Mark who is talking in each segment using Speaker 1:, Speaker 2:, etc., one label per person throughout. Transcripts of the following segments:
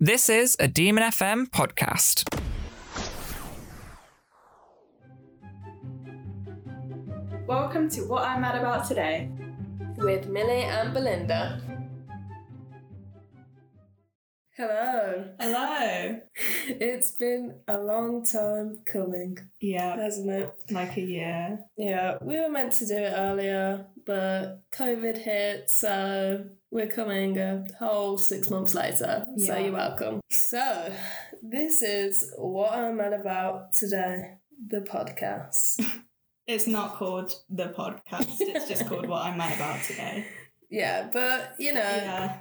Speaker 1: This is a Demon FM podcast.
Speaker 2: Welcome to What I'm Mad About Today.
Speaker 3: with Millie and Belinda. Hello.
Speaker 2: Hello.
Speaker 3: It's been a long time coming,
Speaker 2: Yeah,
Speaker 3: hasn't it?
Speaker 2: like a year.
Speaker 3: Yeah, we were meant to do it earlier, but COVID hit, so we're coming a whole six months later. So
Speaker 2: Yeah.
Speaker 3: you're welcome. So, this is what I'm mad about today the podcast.
Speaker 2: It's not called the podcast, it's just called What I'm Mad About Today.
Speaker 3: yeah, but you know,
Speaker 2: Yeah,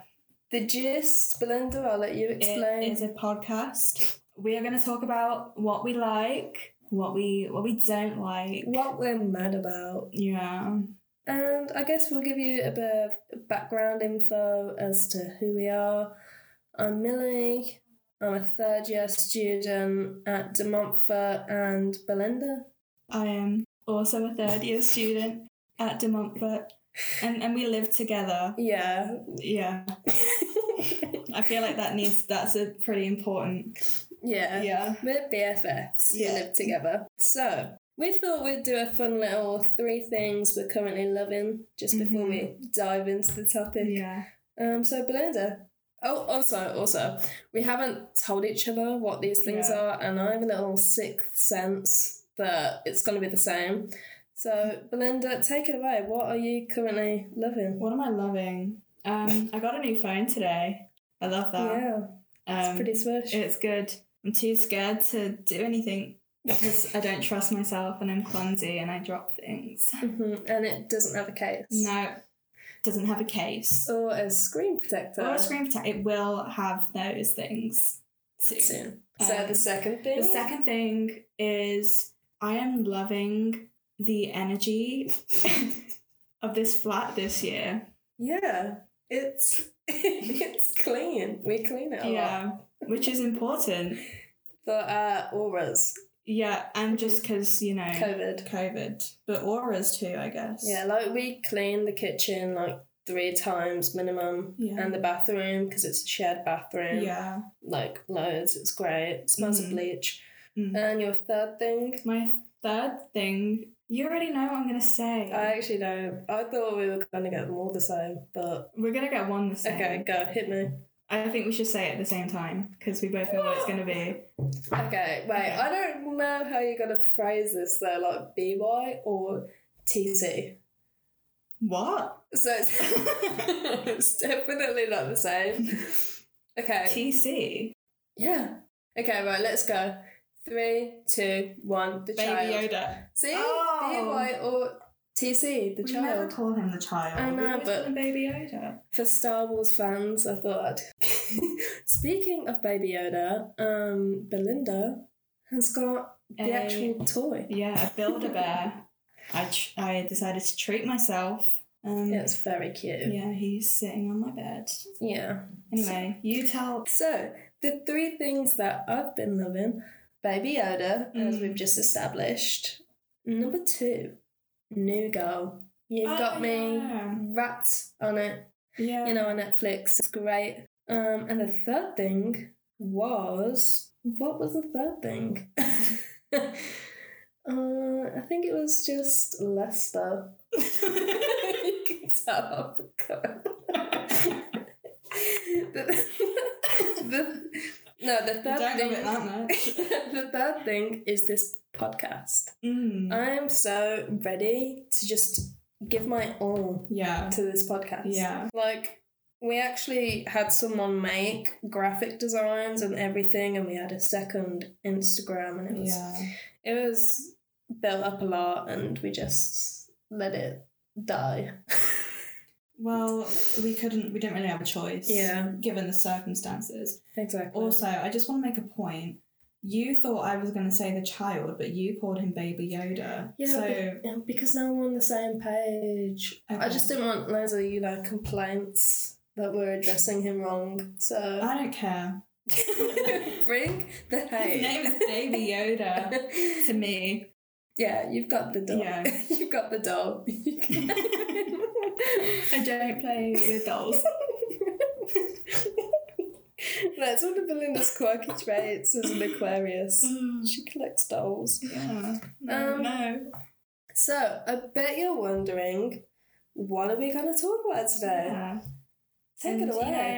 Speaker 3: the gist, Belinda, I'll let you explain.
Speaker 2: it is a podcast. We are going to talk about what we like, what we what we don't like.
Speaker 3: what we're mad about.
Speaker 2: Yeah,
Speaker 3: And I guess we'll give you a bit of background info as to who we are. I'm Millie. I'm a third year student at De Montfort and Belinda.
Speaker 2: I am also a third year student at De Montfort, and and we live together.
Speaker 3: Yeah.
Speaker 2: Yeah, I feel like that needs that's a pretty important.
Speaker 3: yeah.
Speaker 2: Yeah,
Speaker 3: We're BFFs who
Speaker 2: Yeah.
Speaker 3: live together. So, we thought we'd do a fun little three things we're currently loving just before we dive into the topic.
Speaker 2: yeah.
Speaker 3: Um, so Belinda. Oh, also, also, we haven't told each other what these things
Speaker 2: Yeah.
Speaker 3: are, and I have a little sixth sense that it's going to be the same. So, Belinda, take it away. What are you currently loving?
Speaker 2: What am I loving? Um, I got a new phone today. I love that.
Speaker 3: Yeah, it's
Speaker 2: um,
Speaker 3: pretty swish.
Speaker 2: It's good. I'm too scared to do anything because I don't trust myself and I'm clumsy and I drop things.
Speaker 3: hmm And it doesn't have a case.
Speaker 2: No, doesn't have a case
Speaker 3: Or a screen protector.
Speaker 2: or a screen protector. It will have those things soon.
Speaker 3: Soon. So
Speaker 2: Um,
Speaker 3: the second thing.
Speaker 2: The second thing is I am loving the energy of this flat this year.
Speaker 3: Yeah, it's it's clean. We clean it a lot.
Speaker 2: Yeah, which is important.
Speaker 3: For our auras,
Speaker 2: Yeah, and just because you know
Speaker 3: Mm-hmm. COVID.
Speaker 2: COVID, but auras too, I guess.
Speaker 3: Yeah, like we clean the kitchen like three times minimum
Speaker 2: Yeah.
Speaker 3: and the bathroom because it's a shared bathroom.
Speaker 2: yeah.
Speaker 3: Like loads. It's great. It smells
Speaker 2: Mhm.
Speaker 3: of bleach.
Speaker 2: Mm.
Speaker 3: And your third thing?
Speaker 2: My third thing, you already know what I'm gonna say.
Speaker 3: I actually don't. I thought we were going to get them all the same, but
Speaker 2: We're gonna get one the same.
Speaker 3: okay, go, hit me.
Speaker 2: I think we should say it at the same time because we both know what it's gonna be.
Speaker 3: Okay, wait, I don't know how you're going to phrase this though, like BY or TT.
Speaker 2: What?
Speaker 3: So it's, it's definitely not the same. Okay.
Speaker 2: TC.
Speaker 3: Yeah. Okay, right, let's go. Three, two, one, the
Speaker 2: Baby
Speaker 3: child.
Speaker 2: Yoda.
Speaker 3: See?
Speaker 2: Oh.
Speaker 3: BY or TC, the
Speaker 2: we
Speaker 3: child.
Speaker 2: never call him the child.
Speaker 3: I
Speaker 2: We
Speaker 3: know,
Speaker 2: always
Speaker 3: but-
Speaker 2: call him Baby Yoda.
Speaker 3: For Star Wars fans, I thought I'd. Speaking of Baby Yoda, um, Belinda has got the
Speaker 2: A-
Speaker 3: actual toy.
Speaker 2: Yeah, a Build a Bear. I tr- I decided to treat myself. Um,
Speaker 3: Yeah, It's very cute.
Speaker 2: Yeah, he's sitting on my bed.
Speaker 3: yeah.
Speaker 2: Anyway, you tell.
Speaker 3: So, the three things that I've been loving Baby Yoda, as
Speaker 2: Mm.
Speaker 3: we've just established. Number two, New Girl. You've
Speaker 2: Oh,
Speaker 3: got me
Speaker 2: yeah.
Speaker 3: wrapped on it,
Speaker 2: Yeah.
Speaker 3: you know, on Netflix. It's great. Um, and the third thing was what was the third thing? uh, I think it was just Lester. you can tell. I've forgotten. the, the, no, the
Speaker 2: You
Speaker 3: third
Speaker 2: don't
Speaker 3: thing.
Speaker 2: love it that much.
Speaker 3: the third thing is this podcast.
Speaker 2: Mm.
Speaker 3: I am so ready to just give my all
Speaker 2: yeah.
Speaker 3: to this podcast.
Speaker 2: Yeah.
Speaker 3: Like, we actually had someone make graphic designs and everything, and we had a second Instagram, and it was
Speaker 2: Yeah.
Speaker 3: it was built up a lot, and we just let it die.
Speaker 2: Well, we couldn't. We didn't really have a choice.
Speaker 3: Yeah.
Speaker 2: Given the circumstances.
Speaker 3: exactly.
Speaker 2: Also, I just want to make a point. You thought I was going to say the child, but you called him Baby Yoda.
Speaker 3: Yeah,
Speaker 2: So
Speaker 3: be- yeah, because now we're on the same page. I
Speaker 2: Okay.
Speaker 3: just didn't want loads of you know complaints that we're addressing him wrong. So
Speaker 2: I don't care.
Speaker 3: bring the hate.
Speaker 2: Ah. His name is Baby Yoda. to me.
Speaker 3: yeah, you've got the doll.
Speaker 2: Yeah.
Speaker 3: you've got the doll. You can-
Speaker 2: I don't play with dolls.
Speaker 3: That's one of Belinda's quirky traits as an Aquarius.
Speaker 2: Mm,
Speaker 3: She collects dolls.
Speaker 2: yeah. No,
Speaker 3: Um,
Speaker 2: no.
Speaker 3: So, I bet you're wondering, what are we going to talk about today?
Speaker 2: Yeah.
Speaker 3: Take
Speaker 2: And,
Speaker 3: it away.
Speaker 2: You know,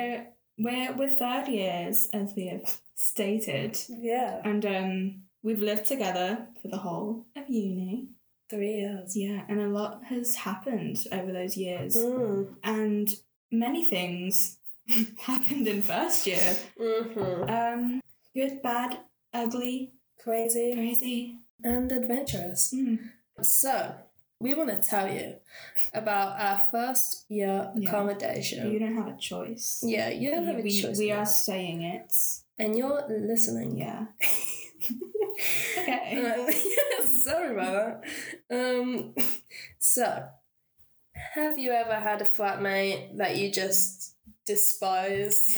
Speaker 2: we're we're third years, as we have stated,
Speaker 3: Yeah,
Speaker 2: and um, we've lived together for the whole of uni.
Speaker 3: three years.
Speaker 2: Yeah, and a lot has happened over those years,
Speaker 3: Mm.
Speaker 2: and many things happened in first year.
Speaker 3: hmm
Speaker 2: Um, good, bad, ugly,
Speaker 3: Crazy
Speaker 2: crazy.
Speaker 3: and adventurous.
Speaker 2: Mm.
Speaker 3: So, we want to tell you about our first year
Speaker 2: Yeah.
Speaker 3: accommodation.
Speaker 2: You don't have a choice.
Speaker 3: yeah, you don't have a
Speaker 2: we,
Speaker 3: choice.
Speaker 2: we
Speaker 3: in
Speaker 2: are
Speaker 3: this.
Speaker 2: saying it.
Speaker 3: and you're listening.
Speaker 2: Yeah. Okay.
Speaker 3: Um, sorry about that. Um, so, have you ever had a flatmate that you just despise?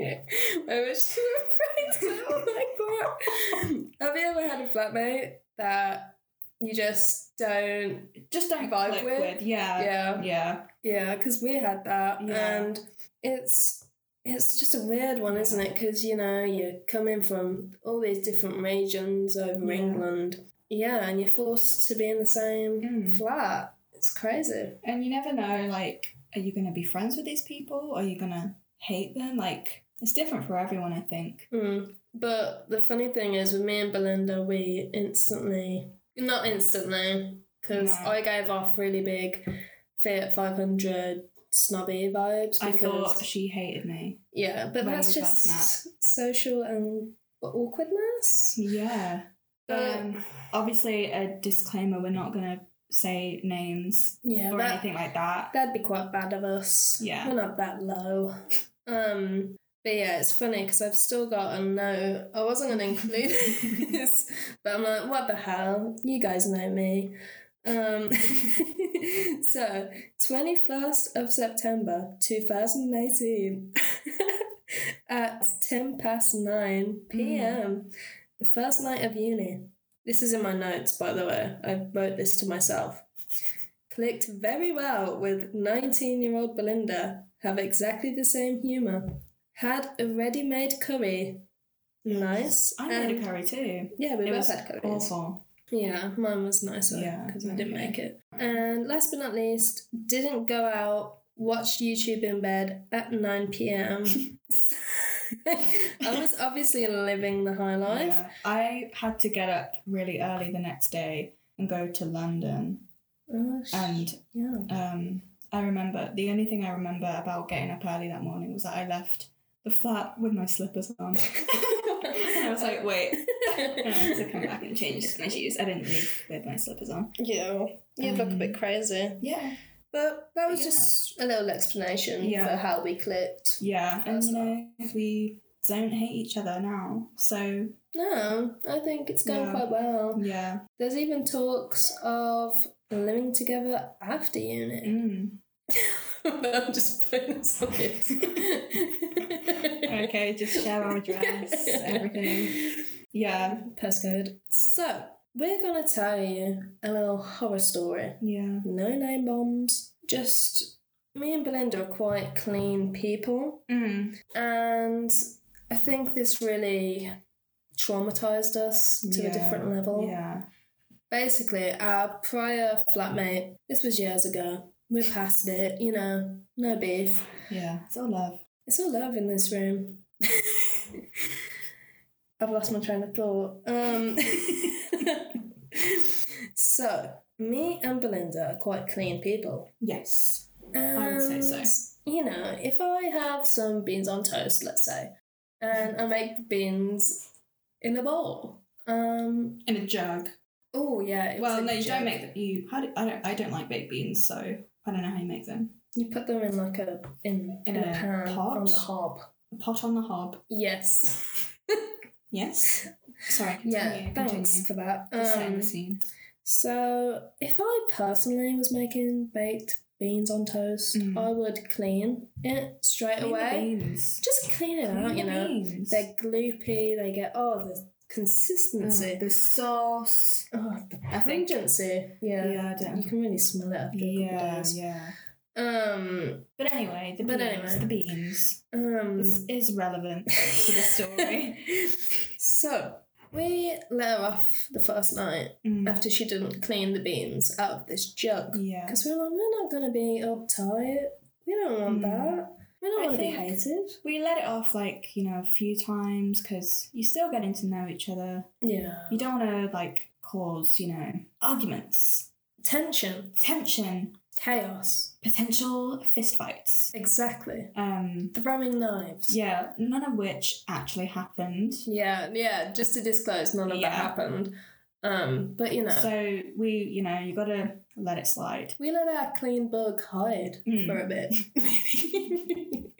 Speaker 3: I wish you were afraid to like that. Have you ever had a flatmate that you just don't?
Speaker 2: Just don't
Speaker 3: Vibe
Speaker 2: click
Speaker 3: with?
Speaker 2: with. Yeah.
Speaker 3: Yeah.
Speaker 2: Yeah.
Speaker 3: Yeah, because we had that,
Speaker 2: Yeah.
Speaker 3: and it's it's just a weird one, isn't it? Because you know you're coming from all these different regions over
Speaker 2: Yeah.
Speaker 3: England, yeah, and you're forced to be in the same
Speaker 2: Mm.
Speaker 3: flat. It's crazy.
Speaker 2: And you never know, like, are you going to be friends with these people? Are you going to hate them? Like, it's different for everyone, I think.
Speaker 3: Mm. But the funny thing is, with me and Belinda, we instantly not instantly because
Speaker 2: No.
Speaker 3: I gave off really big Fiat Five Hundred snobby vibes. Because
Speaker 2: I thought she hated me.
Speaker 3: Yeah, but
Speaker 2: when
Speaker 3: that's
Speaker 2: we first
Speaker 3: just social and awkwardness.
Speaker 2: Um, Yeah.
Speaker 3: But
Speaker 2: um, obviously, a disclaimer we're not going to say names
Speaker 3: yeah,
Speaker 2: or
Speaker 3: that,
Speaker 2: anything like that.
Speaker 3: that'd be quite bad of us.
Speaker 2: Yeah.
Speaker 3: we're not that low. Um, but yeah, it's funny because I've still got a note. I wasn't going to include this, but I'm like, what the hell? You guys know me. Um, so 21st of September 2018 at 10 past 9 p.m.
Speaker 2: Mm.
Speaker 3: The first night of uni. This is in my notes, by the way. I wrote this to myself. Clicked very well with 19 year old Belinda. Have exactly the same humour. Had a ready made curry. Nice.
Speaker 2: I made
Speaker 3: And-
Speaker 2: a curry too.
Speaker 3: Yeah, we
Speaker 2: it
Speaker 3: both
Speaker 2: was
Speaker 3: had curries.
Speaker 2: awful.
Speaker 3: Yeah, mine was nicer
Speaker 2: Yeah,
Speaker 3: because I didn't
Speaker 2: okay.
Speaker 3: make it. And last but not least, didn't go out, watched YouTube in bed at 9 pm. I was obviously living the high life.
Speaker 2: Yeah. I had to get up really early the next day and go to London.
Speaker 3: Oh, sh-
Speaker 2: And
Speaker 3: yeah.
Speaker 2: um, I remember the only thing I remember about getting up early that morning was that I left the flat with my slippers on. and I was like, wait, I have to come back and change my shoes. I didn't leave with my slippers on.
Speaker 3: Yeah, you look a bit crazy.
Speaker 2: Yeah.
Speaker 3: Um, But that was
Speaker 2: Yeah.
Speaker 3: just a little explanation
Speaker 2: Yeah.
Speaker 3: for how we clicked.
Speaker 2: Yeah. And
Speaker 3: That's
Speaker 2: you know, we don't hate each other now. So
Speaker 3: No, I think it's going
Speaker 2: Yeah.
Speaker 3: quite well.
Speaker 2: yeah.
Speaker 3: There's even talks of living together after uni.
Speaker 2: Mm.
Speaker 3: but I'm just putting this on it.
Speaker 2: Okay, just share our address, everything. Yeah.
Speaker 3: Um, Postcode. So, we're going to tell you a little horror story.
Speaker 2: Yeah.
Speaker 3: No name bombs, just me and Belinda are quite clean people.
Speaker 2: Mm.
Speaker 3: And I think this really traumatized us to a
Speaker 2: Yeah,
Speaker 3: different level.
Speaker 2: Yeah.
Speaker 3: Basically, our prior flatmate, this was years ago, we're past it, you know, no beef.
Speaker 2: Yeah. It's all love.
Speaker 3: It's all love in this room. I've lost my train of thought. Um, so, me and Belinda are quite clean people.
Speaker 2: Yes.
Speaker 3: And,
Speaker 2: would say so.
Speaker 3: You know, if I have some beans on toast, let's say, and I make the beans in a bowl. Um,
Speaker 2: In a jug.
Speaker 3: oh, yeah. it was
Speaker 2: Well,
Speaker 3: in
Speaker 2: no,
Speaker 3: a
Speaker 2: you
Speaker 3: jug.
Speaker 2: don't make them. You how do, I don't I don't like baked beans, so I don't know how you make them.
Speaker 3: You put them in like a in,
Speaker 2: In
Speaker 3: in a,
Speaker 2: a
Speaker 3: pan
Speaker 2: pot?
Speaker 3: on the hob.
Speaker 2: A pot on the hob.
Speaker 3: Yes.
Speaker 2: Yes. Sorry. Continue,
Speaker 3: yeah. Thanks
Speaker 2: Continue.
Speaker 3: for that.
Speaker 2: Just setting
Speaker 3: Um,
Speaker 2: the scene.
Speaker 3: So, if I personally was making baked beans on toast,
Speaker 2: Mm.
Speaker 3: I would clean it straight
Speaker 2: Clean the
Speaker 3: away.
Speaker 2: beans.
Speaker 3: Just clean it
Speaker 2: Clean
Speaker 3: out, you
Speaker 2: the
Speaker 3: know.
Speaker 2: beans.
Speaker 3: They're gloopy, they get oh, the
Speaker 2: Oh,
Speaker 3: consistency,
Speaker 2: the sauce.
Speaker 3: oh, the
Speaker 2: I think.
Speaker 3: pungency. Yeah.
Speaker 2: Yeah, I don't.
Speaker 3: You can really smell it after a couple
Speaker 2: Yeah,
Speaker 3: days.
Speaker 2: yeah.
Speaker 3: Um,
Speaker 2: But anyway, the
Speaker 3: But
Speaker 2: beans,
Speaker 3: anyway.
Speaker 2: the beans.
Speaker 3: um,
Speaker 2: This is relevant to the story.
Speaker 3: so we let her off the first night
Speaker 2: Mm.
Speaker 3: after she didn't clean the beans out of this jug
Speaker 2: Yeah.
Speaker 3: because we were like, we're not gonna be uptight. We don't want
Speaker 2: Mm.
Speaker 3: that. We don't
Speaker 2: I
Speaker 3: want to be
Speaker 2: think-
Speaker 3: hated.
Speaker 2: We let it off like, you know, a few times because you're still getting to know each other.
Speaker 3: Yeah,
Speaker 2: You don't want to like cause, you know, arguments,
Speaker 3: tension,
Speaker 2: tension,
Speaker 3: chaos.
Speaker 2: potential fistfights.
Speaker 3: Exactly.
Speaker 2: Um,
Speaker 3: Throwing knives.
Speaker 2: yeah, none of which actually happened.
Speaker 3: Yeah, yeah, just to disclose, none of
Speaker 2: Yeah.
Speaker 3: that happened. Um, but you know,
Speaker 2: So we, you know, you gotta let it slide.
Speaker 3: we let our clean bug hide
Speaker 2: Mm.
Speaker 3: for a bit. we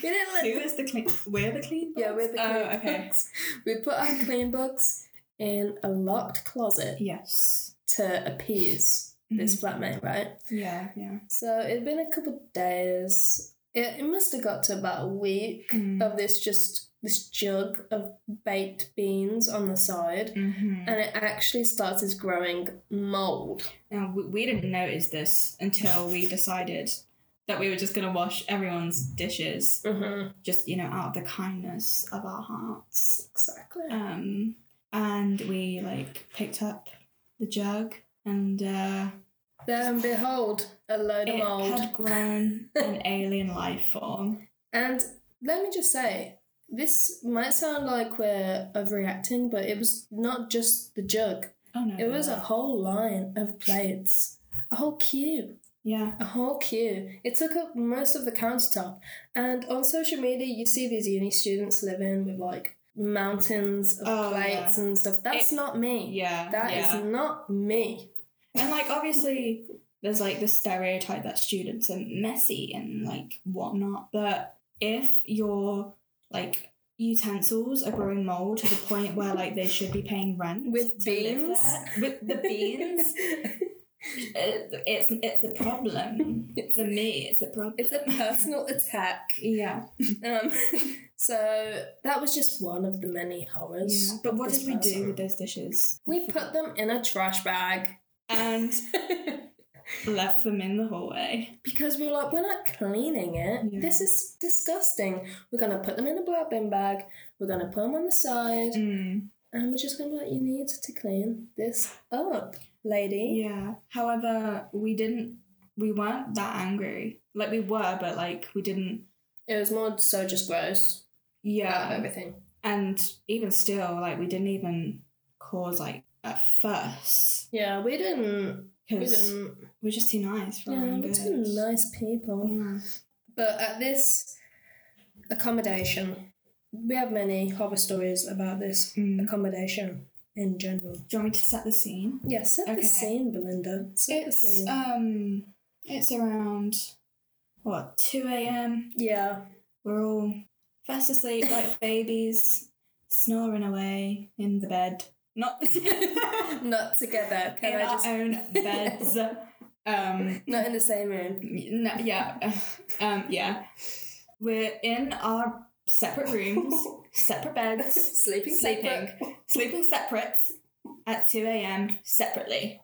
Speaker 3: didn't
Speaker 2: Who
Speaker 3: let.
Speaker 2: is the clean? We're the clean.
Speaker 3: Yeah, we're the clean
Speaker 2: Oh, okay.
Speaker 3: bugs. We put our clean bugs in a locked closet
Speaker 2: Yes.
Speaker 3: to appease this
Speaker 2: Mm-hmm.
Speaker 3: flatmate, right?
Speaker 2: Yeah, yeah.
Speaker 3: So it'd been a couple of days. It, it must have got to about a week
Speaker 2: Mm.
Speaker 3: of this just this jug of baked beans on the side.
Speaker 2: Mhm.
Speaker 3: And it actually started growing mold.
Speaker 2: Now we, we didn't notice this until we decided that we were just gonna wash everyone's dishes,
Speaker 3: Mm-hmm.
Speaker 2: just you know, out of the kindness of our hearts.
Speaker 3: Exactly.
Speaker 2: Um, and we like picked up the jug and uh,
Speaker 3: Then behold, a load of
Speaker 2: it
Speaker 3: mold.
Speaker 2: had grown an alien life form.
Speaker 3: And let me just say, this might sound like we're overreacting, but it was not just the jug.
Speaker 2: Oh no!
Speaker 3: It was a whole line of plates, a whole queue,
Speaker 2: yeah.
Speaker 3: a whole queue. It took up most of the countertop. And on social media, you see these uni students living with like mountains of
Speaker 2: Oh,
Speaker 3: plates and stuff. That's
Speaker 2: It-
Speaker 3: not me.
Speaker 2: Yeah.
Speaker 3: That is
Speaker 2: yeah.
Speaker 3: not me.
Speaker 2: And like obviously there's like the stereotype that students are messy and like whatnot, but if your like utensils are growing mold to the point where like they should be paying rent
Speaker 3: With
Speaker 2: to live
Speaker 3: beans?
Speaker 2: there- with the beans, it, it's it's a problem. For me, it's a problem.
Speaker 3: it's a personal attack.
Speaker 2: yeah,
Speaker 3: Um, so that was just one of the many horrors.
Speaker 2: yeah. But what
Speaker 3: This
Speaker 2: did we do
Speaker 3: person.
Speaker 2: with those dishes?
Speaker 3: We put them in a trash bag
Speaker 2: and left them in the hallway.
Speaker 3: because we were like, we're not cleaning it.
Speaker 2: Yeah.
Speaker 3: This is disgusting. We're gonna put them in a black bin bag. We're gonna put them on the side,
Speaker 2: Mm.
Speaker 3: and we're just gonna be like, you need to clean this up, lady.
Speaker 2: Yeah. However, we didn't. We weren't that angry. Like we were, but like we didn't.
Speaker 3: It was more so just gross. out of
Speaker 2: Yeah.
Speaker 3: everything.
Speaker 2: And even still, like we didn't even cause like a fuss
Speaker 3: Yeah, we didn't. We
Speaker 2: because
Speaker 3: didn't.
Speaker 2: we're just too nice for
Speaker 3: Yeah,
Speaker 2: our own
Speaker 3: we're
Speaker 2: good.
Speaker 3: two nice people.
Speaker 2: Yeah.
Speaker 3: But at this accommodation, we have many horror stories about this
Speaker 2: Mm.
Speaker 3: accommodation in general.
Speaker 2: Do you want me to set the scene?
Speaker 3: Yeah, set
Speaker 2: Okay.
Speaker 3: the scene, Belinda. Set the
Speaker 2: It's
Speaker 3: scene.
Speaker 2: um, it's around what two a.m.
Speaker 3: yeah,
Speaker 2: We're all fast asleep like babies, snoring away in the bed. Not
Speaker 3: not together. Can
Speaker 2: in
Speaker 3: I
Speaker 2: our
Speaker 3: just
Speaker 2: own beds. um,
Speaker 3: not in the same room?
Speaker 2: no, yeah, um, yeah. We're in our separate rooms, separate beds,
Speaker 3: Sleeping,
Speaker 2: Sleeping.
Speaker 3: separate.
Speaker 2: sleeping separate at two a.m. separately,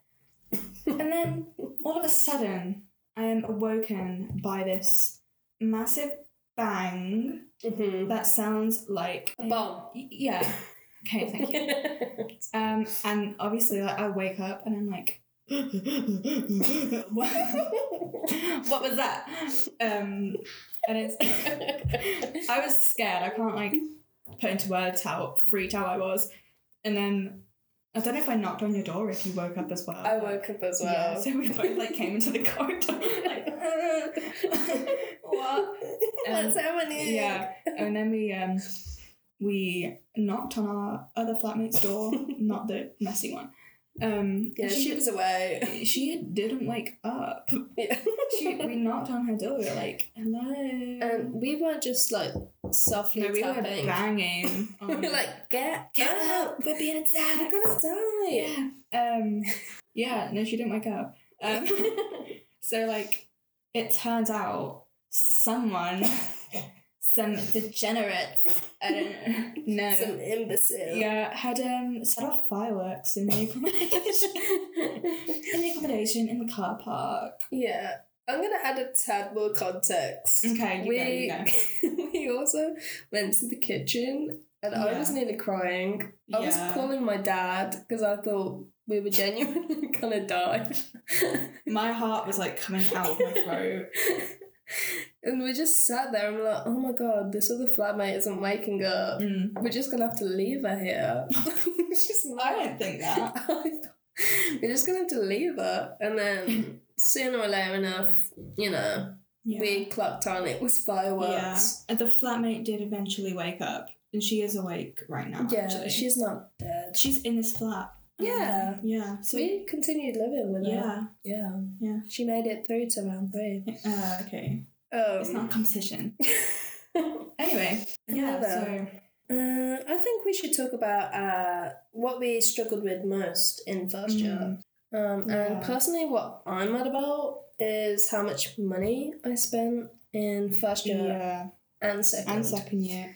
Speaker 2: and then all of a sudden, I am awoken by this massive bang
Speaker 3: Mhm.
Speaker 2: that sounds like
Speaker 3: A bomb.
Speaker 2: Y- Yeah. Okay, thank you. Um, and obviously, like, I wake up and I'm like, what? what was that? Um, and it's, I was scared. I can't like put into words how freaked out I was. And then I don't know if I knocked on your door if you woke up as well.
Speaker 3: I woke up as
Speaker 2: Yeah,
Speaker 3: well.
Speaker 2: so we both like came into the corridor like, what?
Speaker 3: What's happening?
Speaker 2: Um, Yeah, and then we um we knocked on our other flatmate's door, not the messy one. Um,
Speaker 3: Yeah, she was away.
Speaker 2: she didn't wake up.
Speaker 3: Yeah.
Speaker 2: She we knocked on her door. We were like, hello.
Speaker 3: And Um, we weren't just like softly
Speaker 2: no, we were
Speaker 3: tapping.
Speaker 2: banging.
Speaker 3: we
Speaker 2: on-
Speaker 3: were like, get,
Speaker 2: get
Speaker 3: out!
Speaker 2: up, we're being
Speaker 3: We're
Speaker 2: attacked.
Speaker 3: gonna die.
Speaker 2: Yeah. Um. Yeah. No, she didn't wake up. Um, so like, it turns out someone, some degenerate, I don't know.
Speaker 3: Some imbecile.
Speaker 2: Yeah, had um set off fireworks in the accommodation, in the accommodation in the car park.
Speaker 3: yeah. I'm gonna add a tad more context.
Speaker 2: Okay, you go,
Speaker 3: we
Speaker 2: you go.
Speaker 3: we also went to the kitchen, and I
Speaker 2: Yeah.
Speaker 3: was nearly crying. I was
Speaker 2: Yeah.
Speaker 3: calling my dad because I thought we were genuinely gonna die.
Speaker 2: My heart was like coming out of my throat.
Speaker 3: and we just sat there. and we're like, oh my god, this other flatmate isn't waking up.
Speaker 2: Mm.
Speaker 3: We're just gonna have to leave her here. She's
Speaker 2: I don't
Speaker 3: mad.
Speaker 2: think that.
Speaker 3: We're just gonna have to leave her, and then sooner or later enough, you know,
Speaker 2: Yeah.
Speaker 3: we clocked on. It was
Speaker 2: yeah.
Speaker 3: fireworks.
Speaker 2: And The flatmate did eventually wake up, and she is awake right now.
Speaker 3: Yeah,
Speaker 2: actually.
Speaker 3: she's not dead.
Speaker 2: she's in this flat.
Speaker 3: Yeah.
Speaker 2: Um, yeah. So
Speaker 3: we continued living with her.
Speaker 2: yeah.
Speaker 3: Yeah.
Speaker 2: Yeah.
Speaker 3: She made it through to round three.
Speaker 2: Uh, okay.
Speaker 3: Oh.
Speaker 2: It's not a competition.
Speaker 3: Um,
Speaker 2: Anyway. Yeah. So
Speaker 3: Another. Uh, I think we should talk about uh, what we struggled with most in first year. Um,
Speaker 2: Mm. Yeah.
Speaker 3: And personally, what I'm mad about is how much money I spent in first year
Speaker 2: mm, yeah.
Speaker 3: and second.
Speaker 2: And second year.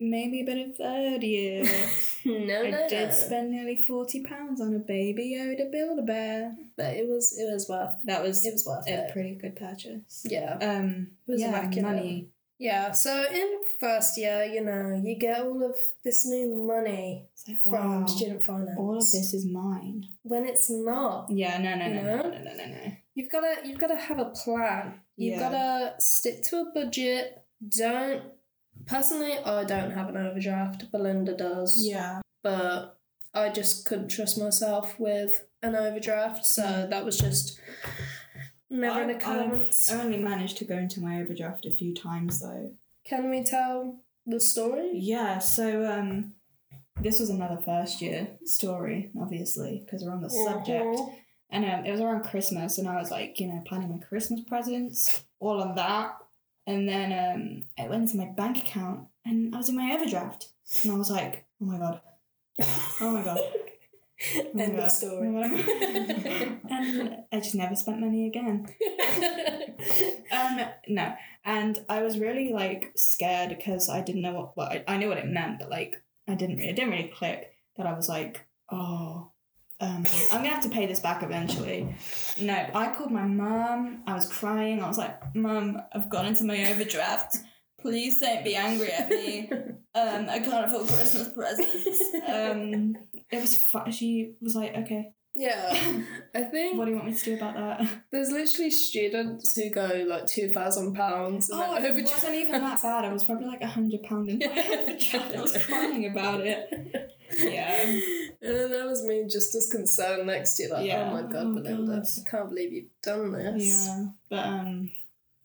Speaker 2: Maybe a bit of third year.
Speaker 3: no, no,
Speaker 2: I
Speaker 3: no.
Speaker 2: did spend nearly forty pounds on a baby Yoda build a bear.
Speaker 3: but it was it was worth
Speaker 2: That was
Speaker 3: it was worth
Speaker 2: a
Speaker 3: it.
Speaker 2: pretty good purchase.
Speaker 3: Yeah.
Speaker 2: Um.
Speaker 3: It was
Speaker 2: yeah.
Speaker 3: immaculate.
Speaker 2: Money.
Speaker 3: Yeah, so in first year, you know, you get all of this new money
Speaker 2: It's like,
Speaker 3: from
Speaker 2: wow.
Speaker 3: student finance.
Speaker 2: All of this is mine.
Speaker 3: When it's not,
Speaker 2: Yeah, no, no, no,
Speaker 3: You know?
Speaker 2: no, no, no, no, no.
Speaker 3: you've gotta you've gotta have a plan. You've
Speaker 2: Yeah.
Speaker 3: gotta stick to a budget. Don't personally I don't have an overdraft, Belinda does.
Speaker 2: Yeah.
Speaker 3: But I just couldn't trust myself with an overdraft, so that was just never an
Speaker 2: Mm. I- I've- uh,
Speaker 3: occurrence.
Speaker 2: I only managed to go into my overdraft a few times though.
Speaker 3: Can we tell the story?
Speaker 2: Yeah, so um this was another first year story, obviously, because we're on the subject. And um, it was around Christmas, and I was like, you know, planning my Christmas presents, all of that. And then um, it went into my bank account, and I was in my overdraft. And I was like, oh my god, oh my god. oh my
Speaker 3: End
Speaker 2: God,
Speaker 3: of story.
Speaker 2: oh my God. and I just never spent money again. Um, no. And I was really like scared because I didn't know what, what I, I knew what it meant, but like I didn't really, it didn't really click that I was like, oh, um, I'm gonna have to pay this back eventually. No, I called my mum. I was crying. I was like, Mum, I've gone into my overdraft. Please don't be angry at me. Um, I can't afford Christmas presents. Um, it was fu- she was like, okay,
Speaker 3: yeah. I think
Speaker 2: what do you want me to do about that?
Speaker 3: There's literally students who go like two thousand pounds and
Speaker 2: Oh,
Speaker 3: then
Speaker 2: it wasn't even that bad. I was probably like a hundred pound in my overdraft. I was crying about it. Yeah.
Speaker 3: And then that was me just as concerned next year, like,
Speaker 2: Yeah.
Speaker 3: oh my god,
Speaker 2: Oh,
Speaker 3: Belinda,
Speaker 2: God.
Speaker 3: I can't believe you've done this.
Speaker 2: Yeah, but um,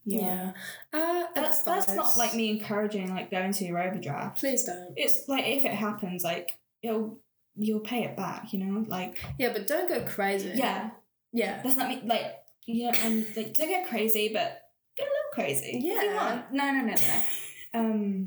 Speaker 2: yeah.
Speaker 3: Yeah. Uh,
Speaker 2: That's that's not
Speaker 3: advice.
Speaker 2: like me encouraging like going to your overdraft.
Speaker 3: Please don't.
Speaker 2: It's like if it happens, like you'll you'll pay it back. You know, like
Speaker 3: Yeah, but don't go crazy.
Speaker 2: yeah,
Speaker 3: Yeah.
Speaker 2: that's not me. Like yeah, and like don't get crazy, but get a little crazy. if you
Speaker 3: Yeah.
Speaker 2: want. No, no, no, no. Um.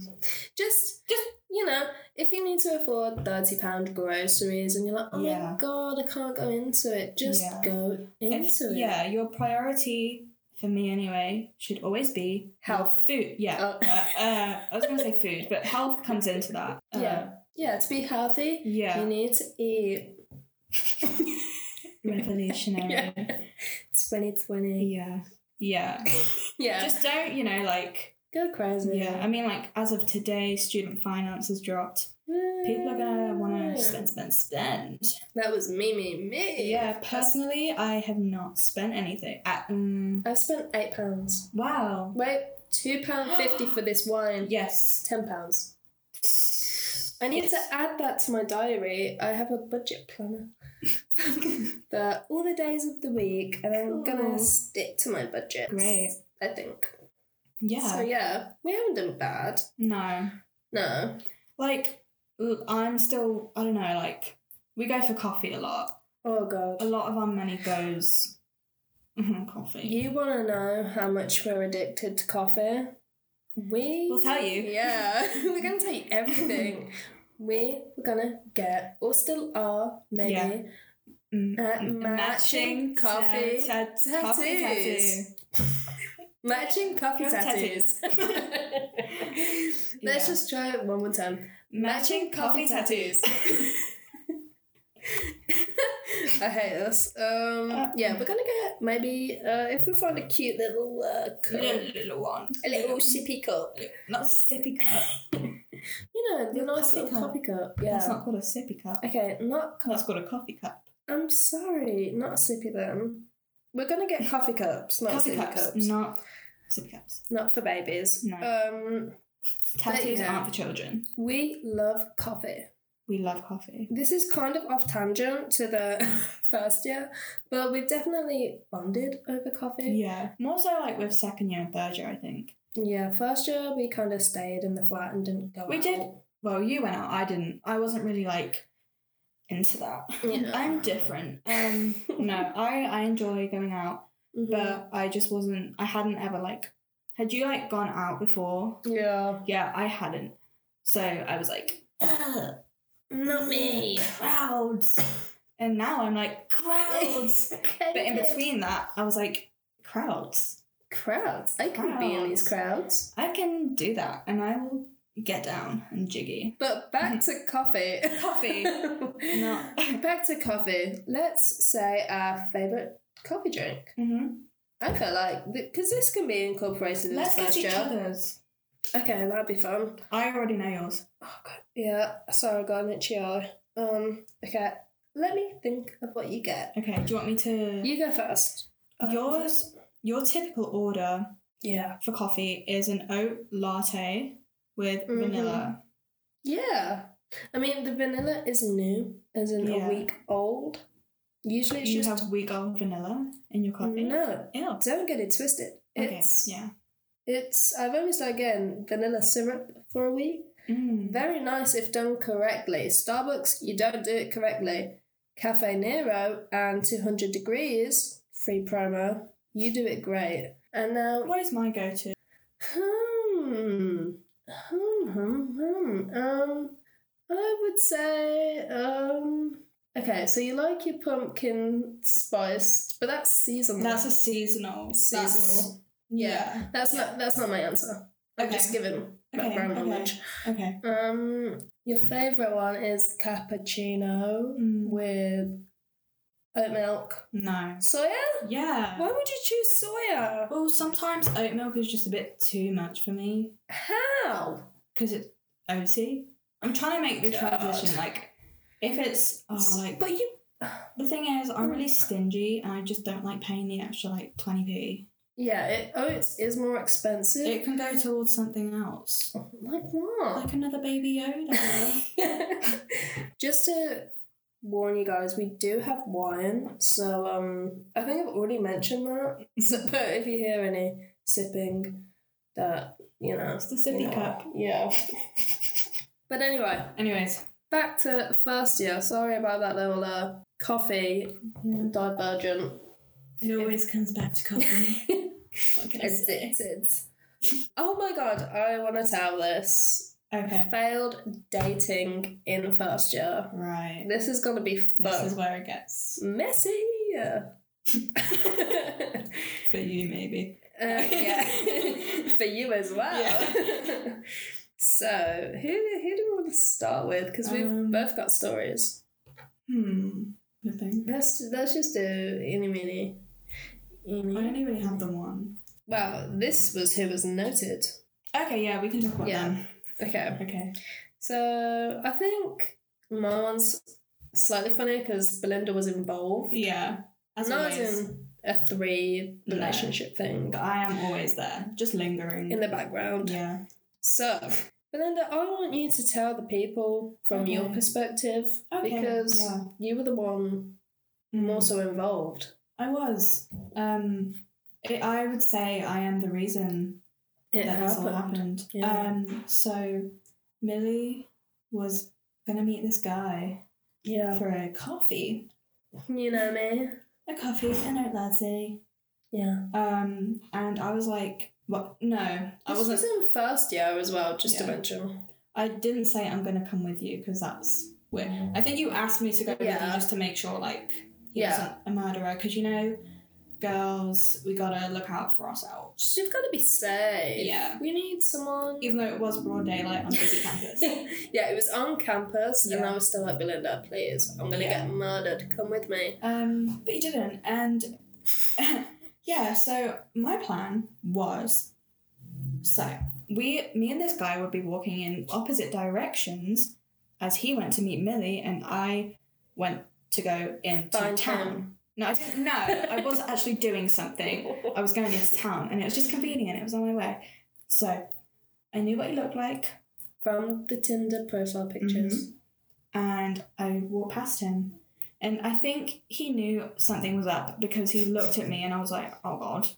Speaker 3: Just
Speaker 2: Just-
Speaker 3: you know, if you need to afford thirty pound groceries and you're like, oh
Speaker 2: Yeah.
Speaker 3: my god, I can't go into it, just
Speaker 2: Yeah.
Speaker 3: go into
Speaker 2: If,
Speaker 3: it.
Speaker 2: yeah, your priority for me anyway should always be
Speaker 3: Health.
Speaker 2: food. Yeah,
Speaker 3: Oh.
Speaker 2: uh, uh, I was gonna say food, but health comes into that. Uh,
Speaker 3: Yeah. Um, Yeah, to be healthy, you
Speaker 2: yeah,
Speaker 3: need to eat.
Speaker 2: revolutionary.
Speaker 3: Yeah.
Speaker 2: Yeah.
Speaker 3: 2020.
Speaker 2: yeah, yeah.
Speaker 3: Yeah.
Speaker 2: Just don't, you know, like
Speaker 3: go crazy.
Speaker 2: yeah. I mean, like as of today, student finance has dropped. People are gonna
Speaker 3: Mm.
Speaker 2: want to spend, spend, spend.
Speaker 3: That was me, me, me.
Speaker 2: Yeah, personally, I have not spent anything. Uh, mm,
Speaker 3: I spent eight pounds.
Speaker 2: wow.
Speaker 3: Wait, two pound fifty for this wine.
Speaker 2: Yes.
Speaker 3: Ten pounds. I need to add that to my diary. I have a budget planner. the all the days of the week, and I'm
Speaker 2: Cool.
Speaker 3: gonna stick to my budget.
Speaker 2: Great.
Speaker 3: I think.
Speaker 2: Yeah.
Speaker 3: So yeah, we haven't done bad.
Speaker 2: no.
Speaker 3: No.
Speaker 2: like l- I'm still I don't know like we go for coffee a lot.
Speaker 3: Oh
Speaker 2: A
Speaker 3: god.
Speaker 2: lot of our money goes Mhm, coffee.
Speaker 3: You wanna know how much we're addicted to coffee? We
Speaker 2: We'll tell you.
Speaker 3: Yeah, we're gonna tell you everything. we were gonna get, or still are, maybe.
Speaker 2: Yeah. Mm,
Speaker 3: Uh,
Speaker 2: mm,
Speaker 3: matching coffee
Speaker 2: ta- ta- coffee
Speaker 3: tattoos.
Speaker 2: tattoo.
Speaker 3: Matching coffee
Speaker 2: Coffee
Speaker 3: tattoos. Let's
Speaker 2: Yeah.
Speaker 3: just try it one more time. Matching coffee tattoos. I hate this.
Speaker 2: Uh,
Speaker 3: Um, yeah, we're gonna get maybe uh, if we find a cute little uh, cup,
Speaker 2: Little, little one.
Speaker 4: A little sippy cup.
Speaker 2: Not sippy cup.
Speaker 3: you know, the
Speaker 2: Little
Speaker 3: nice
Speaker 2: coffee
Speaker 3: little
Speaker 2: cup.
Speaker 3: coffee cup. Yeah.
Speaker 2: That's not called a sippy cup.
Speaker 3: okay, not.
Speaker 2: That's called a coffee cup.
Speaker 3: I'm sorry, not sippy then. We're gonna get coffee cups, not
Speaker 2: coffee
Speaker 3: sippy
Speaker 2: cups,
Speaker 3: cups.
Speaker 2: not sippy cups.
Speaker 3: Not for babies.
Speaker 2: No.
Speaker 3: Um,
Speaker 2: Tattoos
Speaker 3: yeah.
Speaker 2: aren't for children.
Speaker 3: we love coffee.
Speaker 2: We love coffee.
Speaker 3: This is kind of off tangent to the first year, but we've definitely bonded over coffee.
Speaker 2: Yeah. More so like with second year and third year, I think.
Speaker 3: Yeah, first year we kind of stayed in the flat and didn't go.
Speaker 2: We
Speaker 3: out.
Speaker 2: did. Well, you went out. I didn't. I wasn't really like into that.
Speaker 3: Yeah.
Speaker 2: I'm different. Um, no, I I enjoy going out,
Speaker 3: Mhm.
Speaker 2: but I just wasn't. I hadn't ever like. Had you like gone out before?
Speaker 3: yeah,
Speaker 2: Yeah, I hadn't. So I was like, "Ugh,
Speaker 3: not me.
Speaker 2: crowds, and now I'm like crowds. but in between that, I was like crowds.
Speaker 3: Crowds. I can be in these crowds.
Speaker 2: I can do that, and I will get down and jiggy.
Speaker 3: But back to coffee.
Speaker 2: Coffee. Not.
Speaker 3: Back to coffee. Let's say our favorite coffee drink.
Speaker 2: hmm
Speaker 3: I feel like because this can be incorporated in
Speaker 2: Let's
Speaker 3: the
Speaker 2: get
Speaker 3: first
Speaker 2: each
Speaker 3: year.
Speaker 2: other's.
Speaker 3: Okay, that'd be fun.
Speaker 2: I already know yours.
Speaker 3: Oh god. Yeah, sorry, I got an itchy eye. Um, okay, let me think of what you get.
Speaker 2: Okay, do you want me to?
Speaker 3: You go first.
Speaker 2: Yours, your typical order
Speaker 3: Yeah.
Speaker 2: for coffee is an oat latte with
Speaker 3: Mhm.
Speaker 2: vanilla.
Speaker 3: Yeah. I mean, the vanilla is new, as in
Speaker 2: Yeah.
Speaker 3: a week old. Usually it's
Speaker 2: you
Speaker 3: just
Speaker 2: have weak old vanilla in your coffee.
Speaker 3: no.
Speaker 2: Ew.
Speaker 3: Don't get it twisted.
Speaker 2: Okay.
Speaker 3: It's
Speaker 2: Yeah.
Speaker 3: it's I've only started getting vanilla syrup for a week.
Speaker 2: Mm.
Speaker 3: Very nice if done correctly. Starbucks, you don't do it correctly. Cafe Nero and 200 Degrees, free promo, you do it great. And now,
Speaker 2: What is my go-to?
Speaker 3: hmm, hmm, hmm, hmm. Um, I would say, um, okay, so you like your pumpkin spiced, but that's seasonal.
Speaker 2: That's a seasonal. That's,
Speaker 3: seasonal.
Speaker 2: yeah.
Speaker 3: That's not that's not my answer. I'm
Speaker 2: Okay.
Speaker 3: just giving
Speaker 2: Okay,
Speaker 3: background
Speaker 2: okay.
Speaker 3: knowledge.
Speaker 2: Okay.
Speaker 3: Um, your favorite one is cappuccino
Speaker 2: Mm.
Speaker 3: with oat milk.
Speaker 2: No.
Speaker 3: Soya?
Speaker 2: Yeah.
Speaker 3: Why would you choose soya?
Speaker 2: Well, sometimes oat milk is just a bit too much for me
Speaker 3: How?
Speaker 2: because it's oaty. I'm trying to make the
Speaker 3: Oh God.
Speaker 2: transition. Like, if it's oh, like
Speaker 3: but you.
Speaker 2: The thing is, I'm really stingy and I just don't like paying the extra like 20p.
Speaker 3: Yeah, it, oats is more expensive.
Speaker 2: It can go towards something else.
Speaker 3: like what?
Speaker 2: Like another baby Yoda.
Speaker 3: Just to warn you guys, we do have wine, so um, I think I've already mentioned that. So, but if you hear any sipping, that you know,
Speaker 2: it's the
Speaker 3: you
Speaker 2: sippy
Speaker 3: know,
Speaker 2: cup.
Speaker 3: Yeah. but anyway,
Speaker 2: Anyways.
Speaker 3: back to first year. Sorry about that little uh, coffee
Speaker 2: Mm-hmm.
Speaker 3: divergent.
Speaker 2: It always comes back to coffee. okay.
Speaker 3: oh my god, I want to tell this.
Speaker 2: okay.
Speaker 3: Failed dating in first year.
Speaker 2: Right.
Speaker 3: This is gonna be
Speaker 2: This
Speaker 3: fun.
Speaker 2: is where it gets
Speaker 3: messy. Uh,
Speaker 2: for you, maybe.
Speaker 3: Uh, yeah, for you as well.
Speaker 2: Yeah.
Speaker 3: so, who who do we want to start with? Because we've
Speaker 2: Um,
Speaker 3: both got stories.
Speaker 2: Hmm. Nothing.
Speaker 3: Let's let's just do any mini.
Speaker 2: I
Speaker 3: Any.
Speaker 2: only really have the one.
Speaker 3: Well, this was who was noted.
Speaker 2: Okay, yeah, we can talk about
Speaker 3: Yeah.
Speaker 2: them.
Speaker 3: Okay,
Speaker 2: Okay.
Speaker 3: so I think my one's slightly funny because Belinda was involved.
Speaker 2: Yeah. As
Speaker 3: Not
Speaker 2: always,
Speaker 3: as in a three
Speaker 2: No.
Speaker 3: relationship thing
Speaker 2: I am always there, just lingering.
Speaker 3: in the background.
Speaker 2: yeah.
Speaker 3: So, Belinda, I want you to tell the people from your
Speaker 2: Okay.
Speaker 3: perspective
Speaker 2: Okay,
Speaker 3: because
Speaker 2: yeah. Mm. Hmm.
Speaker 3: you were the one more so involved
Speaker 2: I was. Um, it, I would say I am the reason
Speaker 3: it
Speaker 2: that this all happened.
Speaker 3: Yeah.
Speaker 2: Um, so Millie was gonna meet this guy
Speaker 3: Yeah,
Speaker 2: for a coffee,
Speaker 3: you know me.
Speaker 2: a coffee, an oat latte.
Speaker 3: Yeah.
Speaker 2: Um, and I was like, "What? No, I
Speaker 3: This
Speaker 2: wasn't.
Speaker 3: was in first year as well, just to
Speaker 2: Yeah.
Speaker 3: mention.
Speaker 2: I didn't say I'm gonna come with you because that's weird. I think you asked me to go with
Speaker 3: Yeah.
Speaker 2: you just to make sure, like, he
Speaker 3: Yeah.
Speaker 2: wasn't a murderer. Because you know, girls, we gotta look out for ourselves.
Speaker 3: We've got to be safe.
Speaker 2: Yeah.
Speaker 3: We need someone.
Speaker 2: Even though it was broad daylight on busy campus.
Speaker 3: yeah, it was on campus, and
Speaker 2: Yeah.
Speaker 3: I was still like, Belinda, please, I'm gonna
Speaker 2: Yeah.
Speaker 3: get murdered. Come with me.
Speaker 2: Um, but you didn't. And yeah, so my plan was so we me and this guy would be walking in opposite directions as he went to meet Millie and I went to go into
Speaker 3: Find
Speaker 2: town.
Speaker 3: him.
Speaker 2: No, I didn't no, I was actually doing something. I was going into town and it was just convenient, it was on my way. So I knew what he looked like
Speaker 3: From the Tinder profile pictures.
Speaker 2: Mm-hmm. and I walked past him. And I think he knew something was up because he looked at me and I was like, oh god,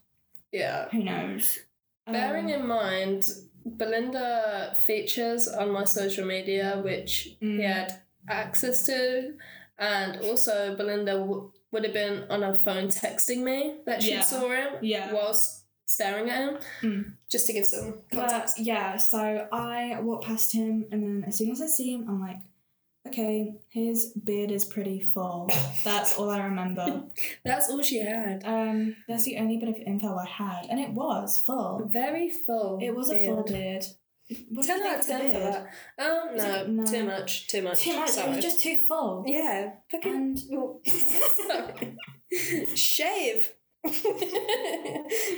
Speaker 3: Yeah.
Speaker 2: who knows? Um,
Speaker 3: Bearing in mind, Belinda features on my social media, which
Speaker 2: Mm.
Speaker 3: he had access to, and also Belinda w- would have been on her phone texting me that she
Speaker 2: Yeah.
Speaker 3: saw him
Speaker 2: Yeah.
Speaker 3: whilst staring at him,
Speaker 2: Mm.
Speaker 3: just to give some
Speaker 2: But
Speaker 3: context.
Speaker 2: yeah, so I walked past him and then as soon as I see him, I'm like, okay, his beard is pretty full. That's all I remember.
Speaker 3: That's all she had.
Speaker 2: Um, that's the only bit of info I had. And it was full.
Speaker 3: Very full.
Speaker 2: It was a
Speaker 3: beard.
Speaker 2: full beard. What do you
Speaker 3: Ten out
Speaker 2: think
Speaker 3: of
Speaker 2: of the
Speaker 3: ten for
Speaker 2: beard?
Speaker 3: that. Um,
Speaker 2: Was
Speaker 3: no,
Speaker 2: it- no.
Speaker 3: too much, too much.
Speaker 2: Too much, it
Speaker 3: Sorry.
Speaker 2: was just too full.
Speaker 3: yeah, fucking
Speaker 2: And
Speaker 3: Sorry. Shave.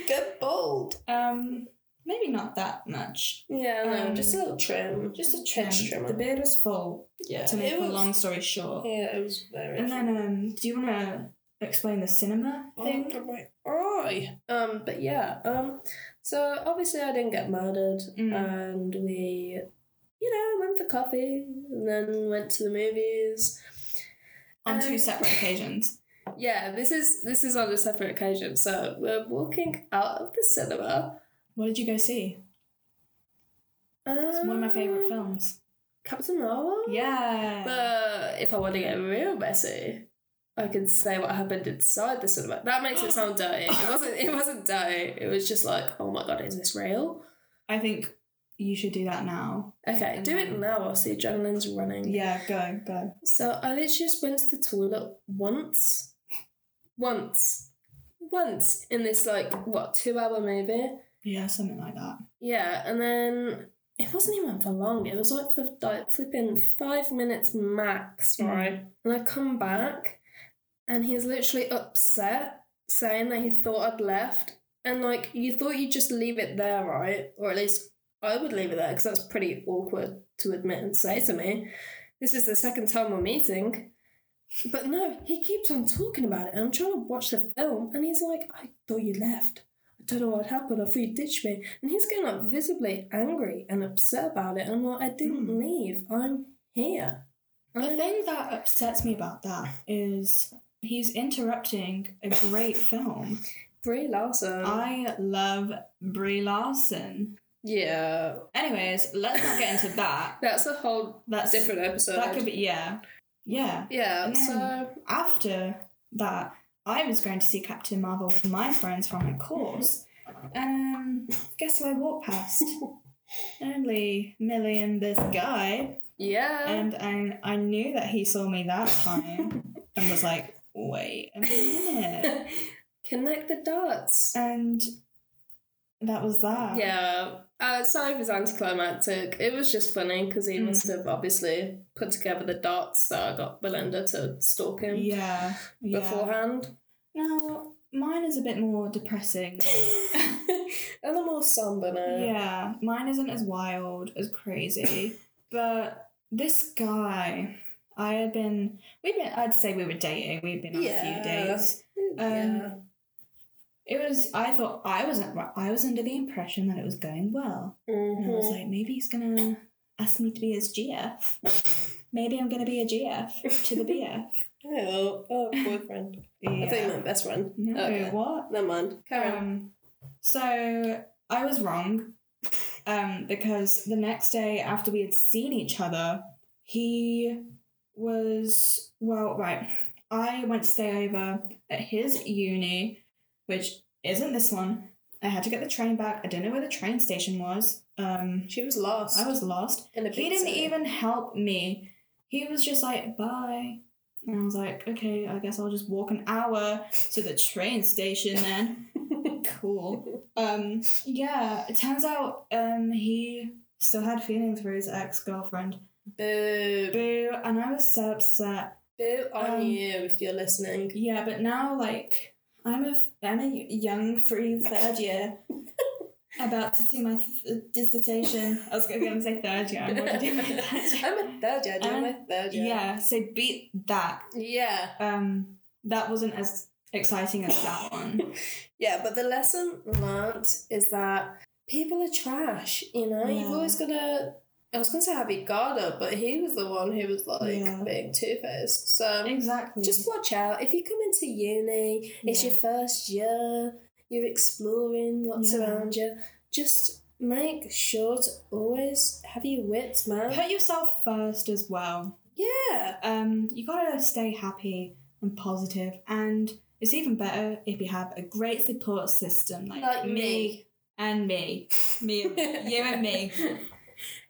Speaker 3: Get bold.
Speaker 2: Um, maybe not that much.
Speaker 3: Yeah, no,
Speaker 2: Um,
Speaker 3: just a little trim.
Speaker 2: Just a
Speaker 3: Hedge trimmer.
Speaker 2: The beard was full.
Speaker 3: Yeah,
Speaker 2: To make
Speaker 3: it
Speaker 2: a
Speaker 3: was,
Speaker 2: long story short.
Speaker 3: Yeah, it was very.
Speaker 2: And then, um, do you want to explain the cinema
Speaker 3: Oh,
Speaker 2: thing?
Speaker 3: God, my eye. Um, but yeah. Um, so obviously I didn't get murdered,
Speaker 2: Mm.
Speaker 3: and we, you know, went for coffee, and then went to the movies.
Speaker 2: On two
Speaker 3: Um,
Speaker 2: separate occasions.
Speaker 3: Yeah, this is this is on a separate occasion. So we're walking out of the cinema.
Speaker 2: What did you go see?
Speaker 3: Um,
Speaker 2: It's one of my favorite films.
Speaker 3: Captain Marvel.
Speaker 2: Yeah.
Speaker 3: But if I want to get real messy, I can say what happened inside the cinema. That makes it sound dirty. It wasn't. It wasn't dirty. It was just like, oh my god, is this real?
Speaker 2: I think you should do that now.
Speaker 3: Okay, do it now whilst the adrenaline's running.
Speaker 2: Mm-hmm. Yeah, go, go.
Speaker 3: So I literally just went to the toilet once, once, once in this like what two hour movie.
Speaker 2: Yeah, something like that.
Speaker 3: Yeah, and then it wasn't even for long. It was like for like flipping five minutes max,
Speaker 2: Mm.
Speaker 3: right? And I come back, and he's literally upset, saying that he thought I'd left, and like you thought you'd just leave it there, right? Or at least I would leave it there because that's pretty awkward to admit and say to me. This is the second time we're meeting. But no, he keeps on talking about it, and I'm trying to watch the film, and he's like, I thought you left. I don't know what happened. I thought you ditched me. And he's getting like visibly angry and upset about it. And I'm like, I didn't
Speaker 2: Hmm.
Speaker 3: leave. I'm here.
Speaker 2: The
Speaker 3: I'm-
Speaker 2: thing that upsets me about that is he's interrupting a great film.
Speaker 3: Brie Larson.
Speaker 2: I love Brie Larson.
Speaker 3: yeah.
Speaker 2: Anyways, let's not get into that.
Speaker 3: That's a whole
Speaker 2: That's
Speaker 3: different episode.
Speaker 2: That could be yeah, yeah.
Speaker 3: yeah,
Speaker 2: And
Speaker 3: so
Speaker 2: After that, I was going to see Captain Marvel with my friends from my course. Um, guess who I walked past? Only Millie and this guy,
Speaker 3: yeah.
Speaker 2: and and I knew that he saw me that time and was like, wait a minute,
Speaker 3: Connect the dots.
Speaker 2: and that was that.
Speaker 3: Yeah. Uh, sorry if it's anticlimactic. It was just funny because he
Speaker 2: Mm.
Speaker 3: must have obviously put together the dots that I got Belinda to stalk him
Speaker 2: yeah, yeah.
Speaker 3: beforehand.
Speaker 2: Now mine is a bit more depressing.
Speaker 3: and I'm all somber now.
Speaker 2: Yeah, mine isn't as wild as crazy, but this guy, I had been, we'd been, I'd say we were dating. We'd been on a few
Speaker 3: Yeah.
Speaker 2: dates. Um, It was, I thought I was, I was under the impression that it was going well, and I
Speaker 3: Mm-hmm.
Speaker 2: was like, maybe he's gonna ask me to be his GF. Maybe I'm gonna be a GF to the BF.
Speaker 3: oh, oh, boyfriend. I think
Speaker 2: Yeah.
Speaker 3: my best friend.
Speaker 2: No,
Speaker 3: Okay.
Speaker 2: what?
Speaker 3: Never mind. Carry on.
Speaker 2: Um, so I was wrong um, because the next day after we had seen each other, he was, well, right. I went to stay over at his uni, which isn't this one. I had to get the train back. I didn't know where the train station was. Um,
Speaker 3: She was lost.
Speaker 2: I was lost.
Speaker 3: in a
Speaker 2: He
Speaker 3: big
Speaker 2: didn't
Speaker 3: city.
Speaker 2: even help me. He was just like, bye. And I was like, okay, I guess I'll just walk an hour to the train station then. cool. Um, yeah, it turns out um, he still had feelings for his ex girlfriend.
Speaker 3: Boo.
Speaker 2: Boo. And I was so upset.
Speaker 3: Boo on
Speaker 2: Um,
Speaker 3: you if you're listening.
Speaker 2: Yeah, but now, like, I'm a, f- I'm a young, free third year. About to do my th- uh, dissertation. I was going to say third year. I'm already doing my third year.
Speaker 3: I'm a third year, doing
Speaker 2: Um,
Speaker 3: my third year.
Speaker 2: Yeah, so beat that.
Speaker 3: Yeah.
Speaker 2: Um, that wasn't as exciting as that one.
Speaker 3: Yeah, but the lesson learnt is that people are trash, you know? You've
Speaker 2: Yeah.
Speaker 3: always got to. I was going to say Happy Garda, but he was the one who was like
Speaker 2: Yeah.
Speaker 3: being two faced. So
Speaker 2: exactly.
Speaker 3: just watch out. If you come into uni, it's
Speaker 2: Yeah.
Speaker 3: your first year, you're exploring what's
Speaker 2: Yeah.
Speaker 3: around you, just make sure to always have your wits, man.
Speaker 2: put yourself first as well.
Speaker 3: Yeah.
Speaker 2: Um, you gotta stay happy and positive, and it's even better if you have a great support system like,
Speaker 3: Like
Speaker 2: me,
Speaker 3: me.
Speaker 2: and me, me, and- you and me.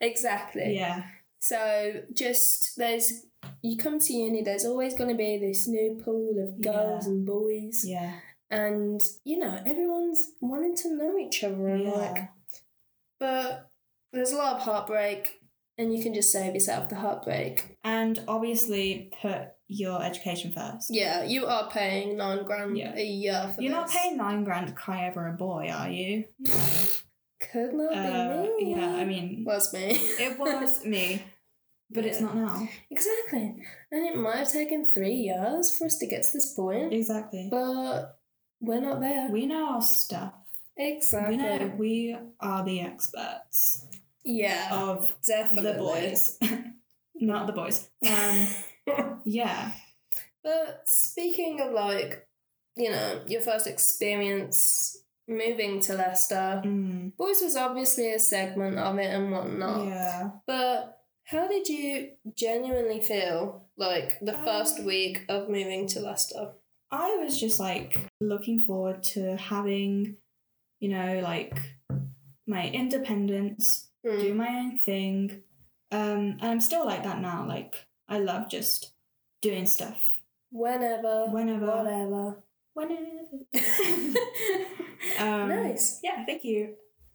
Speaker 3: Exactly.
Speaker 2: Yeah,
Speaker 3: So just there's you come to uni, there's always going to be this new pool of girls and boys,
Speaker 2: yeah,
Speaker 3: and you know everyone's wanting to know each other and like,
Speaker 2: yeah,
Speaker 3: but there's a lot of heartbreak, and you can just save yourself the heartbreak.
Speaker 2: and obviously put your education first.
Speaker 3: Yeah, you are paying nine grand
Speaker 2: Yeah.
Speaker 3: a year for
Speaker 2: You're not
Speaker 3: this.
Speaker 2: paying nine grand to cry over a boy, are you? No.
Speaker 3: Could not
Speaker 2: Uh,
Speaker 3: be me.
Speaker 2: yeah, I mean,
Speaker 3: was me.
Speaker 2: it was me, but it's not now.
Speaker 3: exactly, and it might have taken three years for us to get to this point,
Speaker 2: Exactly.
Speaker 3: but we're not there.
Speaker 2: We know our stuff.
Speaker 3: exactly.
Speaker 2: We know we are the experts
Speaker 3: Yeah,
Speaker 2: of
Speaker 3: definitely.
Speaker 2: Oh, the boys, not the boys. Um, yeah,
Speaker 3: But speaking of like, you know, your first experience moving to Leicester,
Speaker 2: Mm,
Speaker 3: boys was obviously a segment of it and whatnot.
Speaker 2: yeah.
Speaker 3: But how did you genuinely feel like the
Speaker 2: Um,
Speaker 3: first week of moving to Leicester?
Speaker 2: I was just like looking forward to having, you know, like my independence, do
Speaker 3: Mm.
Speaker 2: my own thing. Um, and I'm still like that now. Like I love just doing stuff
Speaker 3: Whenever,
Speaker 2: Whenever.
Speaker 3: whatever.
Speaker 2: whenever. Um,
Speaker 3: nice.
Speaker 2: Yeah, thank you.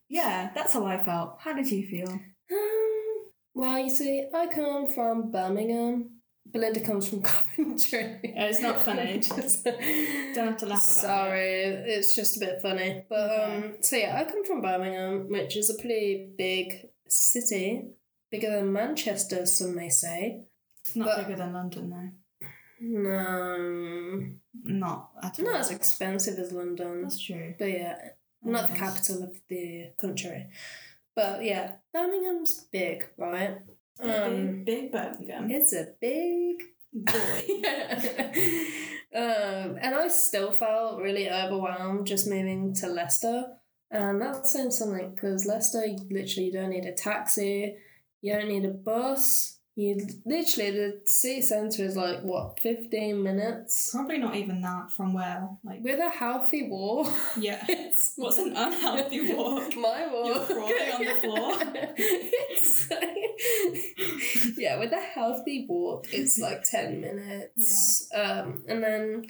Speaker 2: Yeah, that's how I felt. How did you feel?
Speaker 3: Um, well, you see, I come from Birmingham. Belinda comes from Coventry.
Speaker 2: Yeah, it's not funny.
Speaker 3: Just-
Speaker 2: Don't have to laugh about it.
Speaker 3: Sorry, it's just a bit funny. But um, so yeah, I come from Birmingham, which is a pretty big city, bigger than Manchester, some may say.
Speaker 2: It's not
Speaker 3: but-
Speaker 2: bigger than London though.
Speaker 3: No,
Speaker 2: Not at all.
Speaker 3: Um, not as expensive as London,
Speaker 2: That's true.
Speaker 3: but yeah, not the
Speaker 2: Yes.
Speaker 3: capital of the country. But yeah, Birmingham's big, right?
Speaker 2: big,
Speaker 3: Um,
Speaker 2: big Birmingham.
Speaker 3: it's a big
Speaker 2: Boy.
Speaker 3: um, and I still felt really overwhelmed just moving to Leicester. And that sounds something because Leicester, you literally don't need a taxi, you don't need a bus. You literally, the city centre is like what, 15 minutes?
Speaker 2: Probably not even that from where. Like
Speaker 3: With a healthy walk.
Speaker 2: yeah.
Speaker 3: It's
Speaker 2: What's an unhealthy walk?
Speaker 3: My walk.
Speaker 2: You're crawling on the floor.
Speaker 3: It's like- yeah, with a healthy walk, it's like 10 minutes. Um, and then,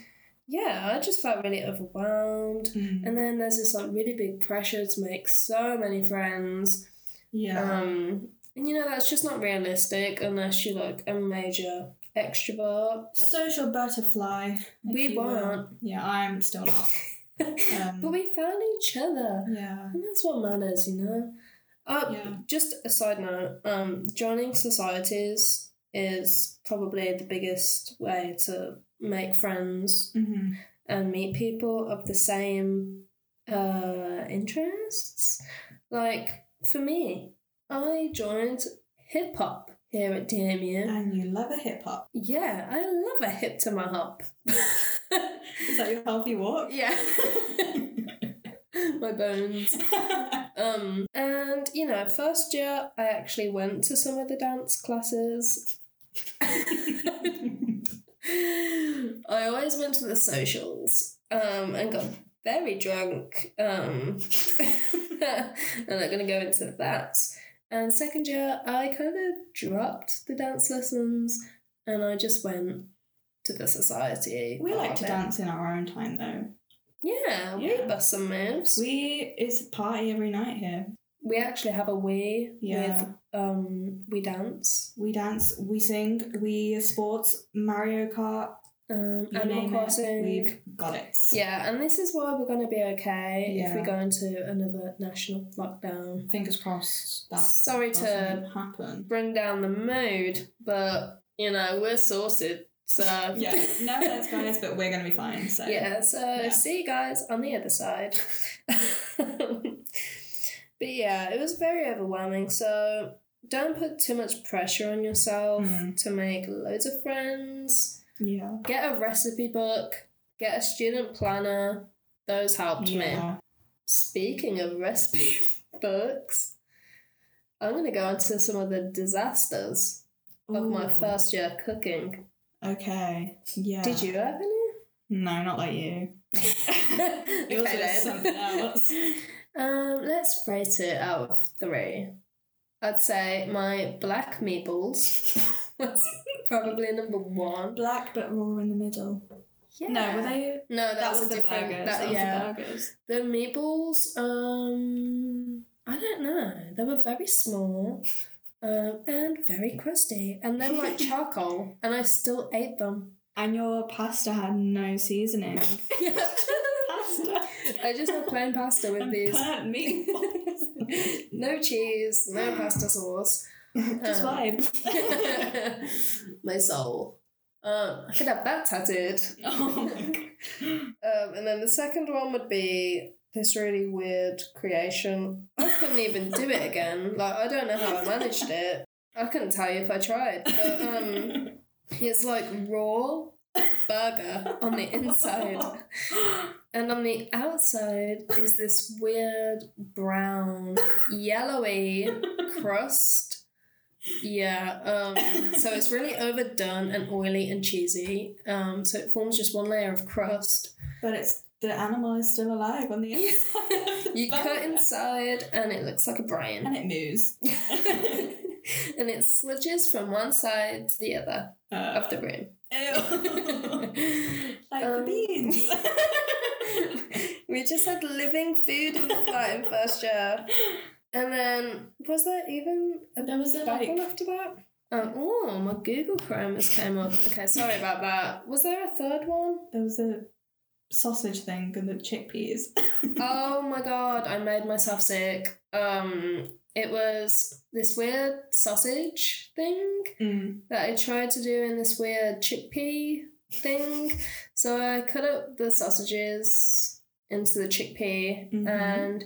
Speaker 3: yeah, I just felt really overwhelmed.
Speaker 2: Mm,
Speaker 3: And then there's this like really big pressure to make so many friends.
Speaker 2: yeah.
Speaker 3: Um, and you know, that's just not realistic unless you're like a major extrovert.
Speaker 2: Social butterfly. if
Speaker 3: We
Speaker 2: you will.
Speaker 3: weren't.
Speaker 2: Yeah, I'm still not. Um,
Speaker 3: but we found each other.
Speaker 2: Yeah.
Speaker 3: And that's what matters, you know. Uh,
Speaker 2: Yeah.
Speaker 3: Just a side note, um, joining societies is probably the biggest way to make friends
Speaker 2: Mm-hmm.
Speaker 3: and meet people of the same uh, interests. Like, for me, I joined hip hop here at DMU.
Speaker 2: And you love a hip hop.
Speaker 3: Yeah, I love a hip to my hop.
Speaker 2: Is that your healthy walk?
Speaker 3: yeah. my bones. Um, and you know, first year I actually went to some of the dance classes. I always went to the socials um, and got very drunk. Um, I'm not going to go into that. And second year, I kind of dropped the dance lessons and I just went to the society.
Speaker 2: We
Speaker 3: part
Speaker 2: like
Speaker 3: of
Speaker 2: to
Speaker 3: it.
Speaker 2: dance in our own time though.
Speaker 3: Yeah,
Speaker 2: Yeah.
Speaker 3: we bust some moves. We,
Speaker 2: We it's a party every night here.
Speaker 3: we actually have a we
Speaker 2: Yeah.
Speaker 3: with um we dance.
Speaker 2: We dance, we sing, we sports, Mario Kart,
Speaker 3: Um,
Speaker 2: you
Speaker 3: Animal
Speaker 2: name it,
Speaker 3: Crossing.
Speaker 2: we've got it.
Speaker 3: Yeah, and this is why we're going to be okay if we
Speaker 2: Yeah.
Speaker 3: go into another national lockdown.
Speaker 2: Fingers crossed that
Speaker 3: Sorry to
Speaker 2: doesn't happen.
Speaker 3: bring down the mood, but you know we're sorted. So
Speaker 2: Yeah, no offense guys, but we're gonna be fine. So
Speaker 3: yeah. So
Speaker 2: Yeah.
Speaker 3: see you guys on the other side. but yeah, it was very overwhelming. So don't put too much pressure on yourself
Speaker 2: Mm.
Speaker 3: to make loads of friends.
Speaker 2: yeah.
Speaker 3: Get a recipe book. Get a student planner. Those helped me.
Speaker 2: yeah.
Speaker 3: Speaking of recipe books, I'm going to go into some of the disasters of my
Speaker 2: Ooh,
Speaker 3: first year cooking.
Speaker 2: Okay. Yeah.
Speaker 3: Did you have any?
Speaker 2: No, not like you. Yours
Speaker 3: Okay,
Speaker 2: was
Speaker 3: then.
Speaker 2: something else.
Speaker 3: Um, let's rate it out of three. I'd say my black meatballs was probably number one.
Speaker 2: Black but raw in the middle.
Speaker 3: Yeah.
Speaker 2: No, were they?
Speaker 3: No, that, was, a
Speaker 2: the
Speaker 3: different.
Speaker 2: burgers.
Speaker 3: that-
Speaker 2: That was
Speaker 3: yeah.
Speaker 2: the burgers.
Speaker 3: The meatballs, um, I don't know. They were very small, um, and very crusty, and they were like charcoal, and I still ate them.
Speaker 2: And your pasta had no seasoning.
Speaker 3: I just had plain pasta with
Speaker 2: And
Speaker 3: these.
Speaker 2: burnt meatballs.
Speaker 3: no cheese, no pasta sauce.
Speaker 2: Just
Speaker 3: Um,
Speaker 2: vibe.
Speaker 3: my soul. Um, I could have that tattooed.
Speaker 2: oh my god.
Speaker 3: Um, and then the second one would be this really weird creation. I couldn't even do it again. Like I don't know how I managed it. I couldn't tell you if I tried. But um, it's like raw burger on the inside, and on the outside is this weird brown, yellowy crust. Yeah, um, so it's really overdone and oily and cheesy. Um, so it forms just one layer of crust,
Speaker 2: But it's the animal is still alive on the inside. of the
Speaker 3: You cut
Speaker 2: burger.
Speaker 3: inside and it looks like a brain.
Speaker 2: and it moves.
Speaker 3: and it sludges from one side to the other
Speaker 2: Uh,
Speaker 3: of the room. Oh.
Speaker 2: like the
Speaker 3: Um,
Speaker 2: beans.
Speaker 3: we just had living food in the flight in first year. And then, was there even a
Speaker 2: there was a
Speaker 3: back one
Speaker 2: like
Speaker 3: after that? Um, oh, my Google Chrome has came up. Okay, sorry about that. Was there a third one?
Speaker 2: there was a sausage thing and the chickpeas.
Speaker 3: oh my god, I made myself sick. Um, it was this weird sausage thing.
Speaker 2: Mm.
Speaker 3: that I tried to do in this weird chickpea thing. so I cut up the sausages into the chickpea
Speaker 2: Mhm.
Speaker 3: and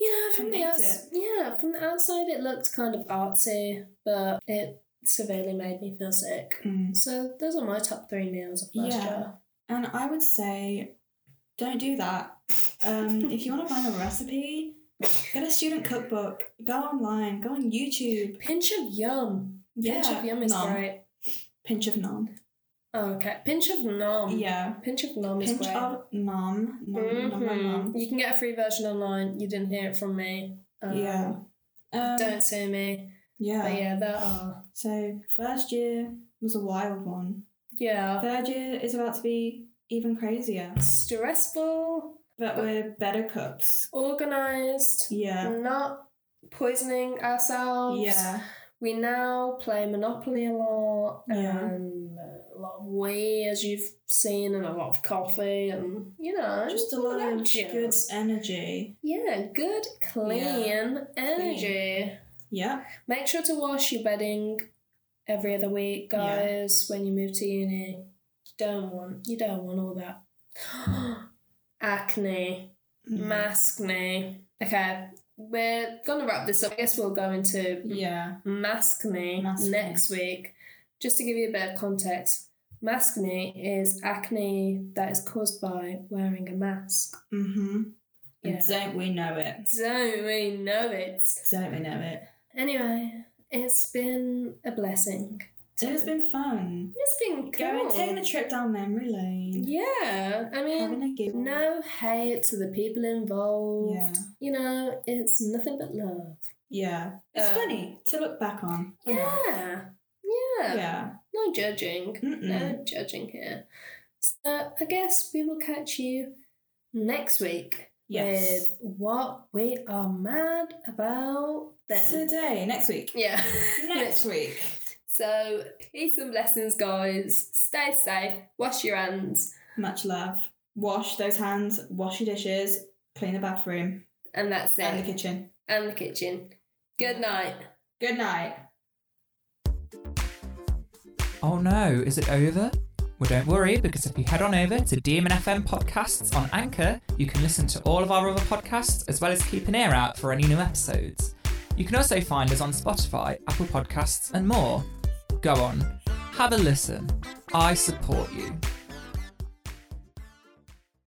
Speaker 3: you know from
Speaker 2: And
Speaker 3: the
Speaker 2: ate
Speaker 3: outs- yeah, from the outside it looked kind of artsy, but it severely made me feel sick.
Speaker 2: Mm.
Speaker 3: So those are my top three meals of last
Speaker 2: Yeah.
Speaker 3: year.
Speaker 2: And I would say, don't do that. Um, if you want to find a recipe, get a student cookbook. Go online. Go on YouTube.
Speaker 3: Pinch of yum. Pinch of yum is
Speaker 2: nom.
Speaker 3: great.
Speaker 2: Pinch of nom.
Speaker 3: Oh, okay. Pinch of nom.
Speaker 2: yeah.
Speaker 3: Pinch of nom is
Speaker 2: Pinch
Speaker 3: great.
Speaker 2: of nom. Nom, nom, nom,
Speaker 3: Mhm.
Speaker 2: nom.
Speaker 3: You can get a free version online. You didn't hear it from me. Um,
Speaker 2: Yeah. Um,
Speaker 3: Don't sue me.
Speaker 2: yeah.
Speaker 3: But yeah, uh, there are.
Speaker 2: So first year was a wild one.
Speaker 3: Yeah.
Speaker 2: Third year is about to be even crazier.
Speaker 3: Stressful,
Speaker 2: But we're better cooks.
Speaker 3: organized,
Speaker 2: Yeah.
Speaker 3: not poisoning ourselves.
Speaker 2: Yeah.
Speaker 3: We now play Monopoly a lot
Speaker 2: Yeah.
Speaker 3: and a lot of wee, as you've seen, and a lot of coffee and, you know,
Speaker 2: Just a
Speaker 3: all
Speaker 2: lot
Speaker 3: that
Speaker 2: of good
Speaker 3: jazz.
Speaker 2: energy.
Speaker 3: Yeah, good, clean energy.
Speaker 2: Yeah.
Speaker 3: Make sure to wash your bedding every other week,
Speaker 2: Yeah.
Speaker 3: guys, when you move to uni. Don't want you don't want all that. Acne.
Speaker 2: Mm-hmm.
Speaker 3: Maskne. Okay. We're gonna wrap this up. I guess we'll go into
Speaker 2: Yeah.
Speaker 3: maskne
Speaker 2: Maskne.
Speaker 3: next week. Just to give you a bit of context. Maskne is acne that is caused by wearing a mask.
Speaker 2: Mm-hmm.
Speaker 3: Yeah.
Speaker 2: Don't we know it?
Speaker 3: Don't we know it?
Speaker 2: Don't we know it?
Speaker 3: Anyway, it's been a blessing.
Speaker 2: It has been fun.
Speaker 3: It's been cool.
Speaker 2: Going taking a trip down memory lane.
Speaker 3: Yeah, I mean,
Speaker 2: Having a giggle.
Speaker 3: no hate to the people involved.
Speaker 2: Yeah.
Speaker 3: You know, it's nothing but love.
Speaker 2: Yeah. It's
Speaker 3: Um,
Speaker 2: funny to look back on.
Speaker 3: Yeah. Yeah.
Speaker 2: Yeah. Mm.
Speaker 3: No judging.
Speaker 2: Mm-mm.
Speaker 3: No judging here. So I guess we will catch you next week
Speaker 2: Yes.
Speaker 3: with what we are mad about then.
Speaker 2: Today, next week.
Speaker 3: yeah.
Speaker 2: Next week.
Speaker 3: so peace and blessings, guys. Stay safe. Wash your hands,
Speaker 2: Much love. Wash those hands, wash your dishes, clean the bathroom
Speaker 3: and that's it.
Speaker 2: and the kitchen.
Speaker 3: and the kitchen. Good night.
Speaker 2: Good night.
Speaker 1: Oh no, is it over? Well, don't worry, because if you head on over to DMNFM Podcasts on Anchor, you can listen to all of our other podcasts as well as keep an ear out for any new episodes. You can also find us on Spotify, Apple Podcasts, and more. Go on, have a listen. I support you.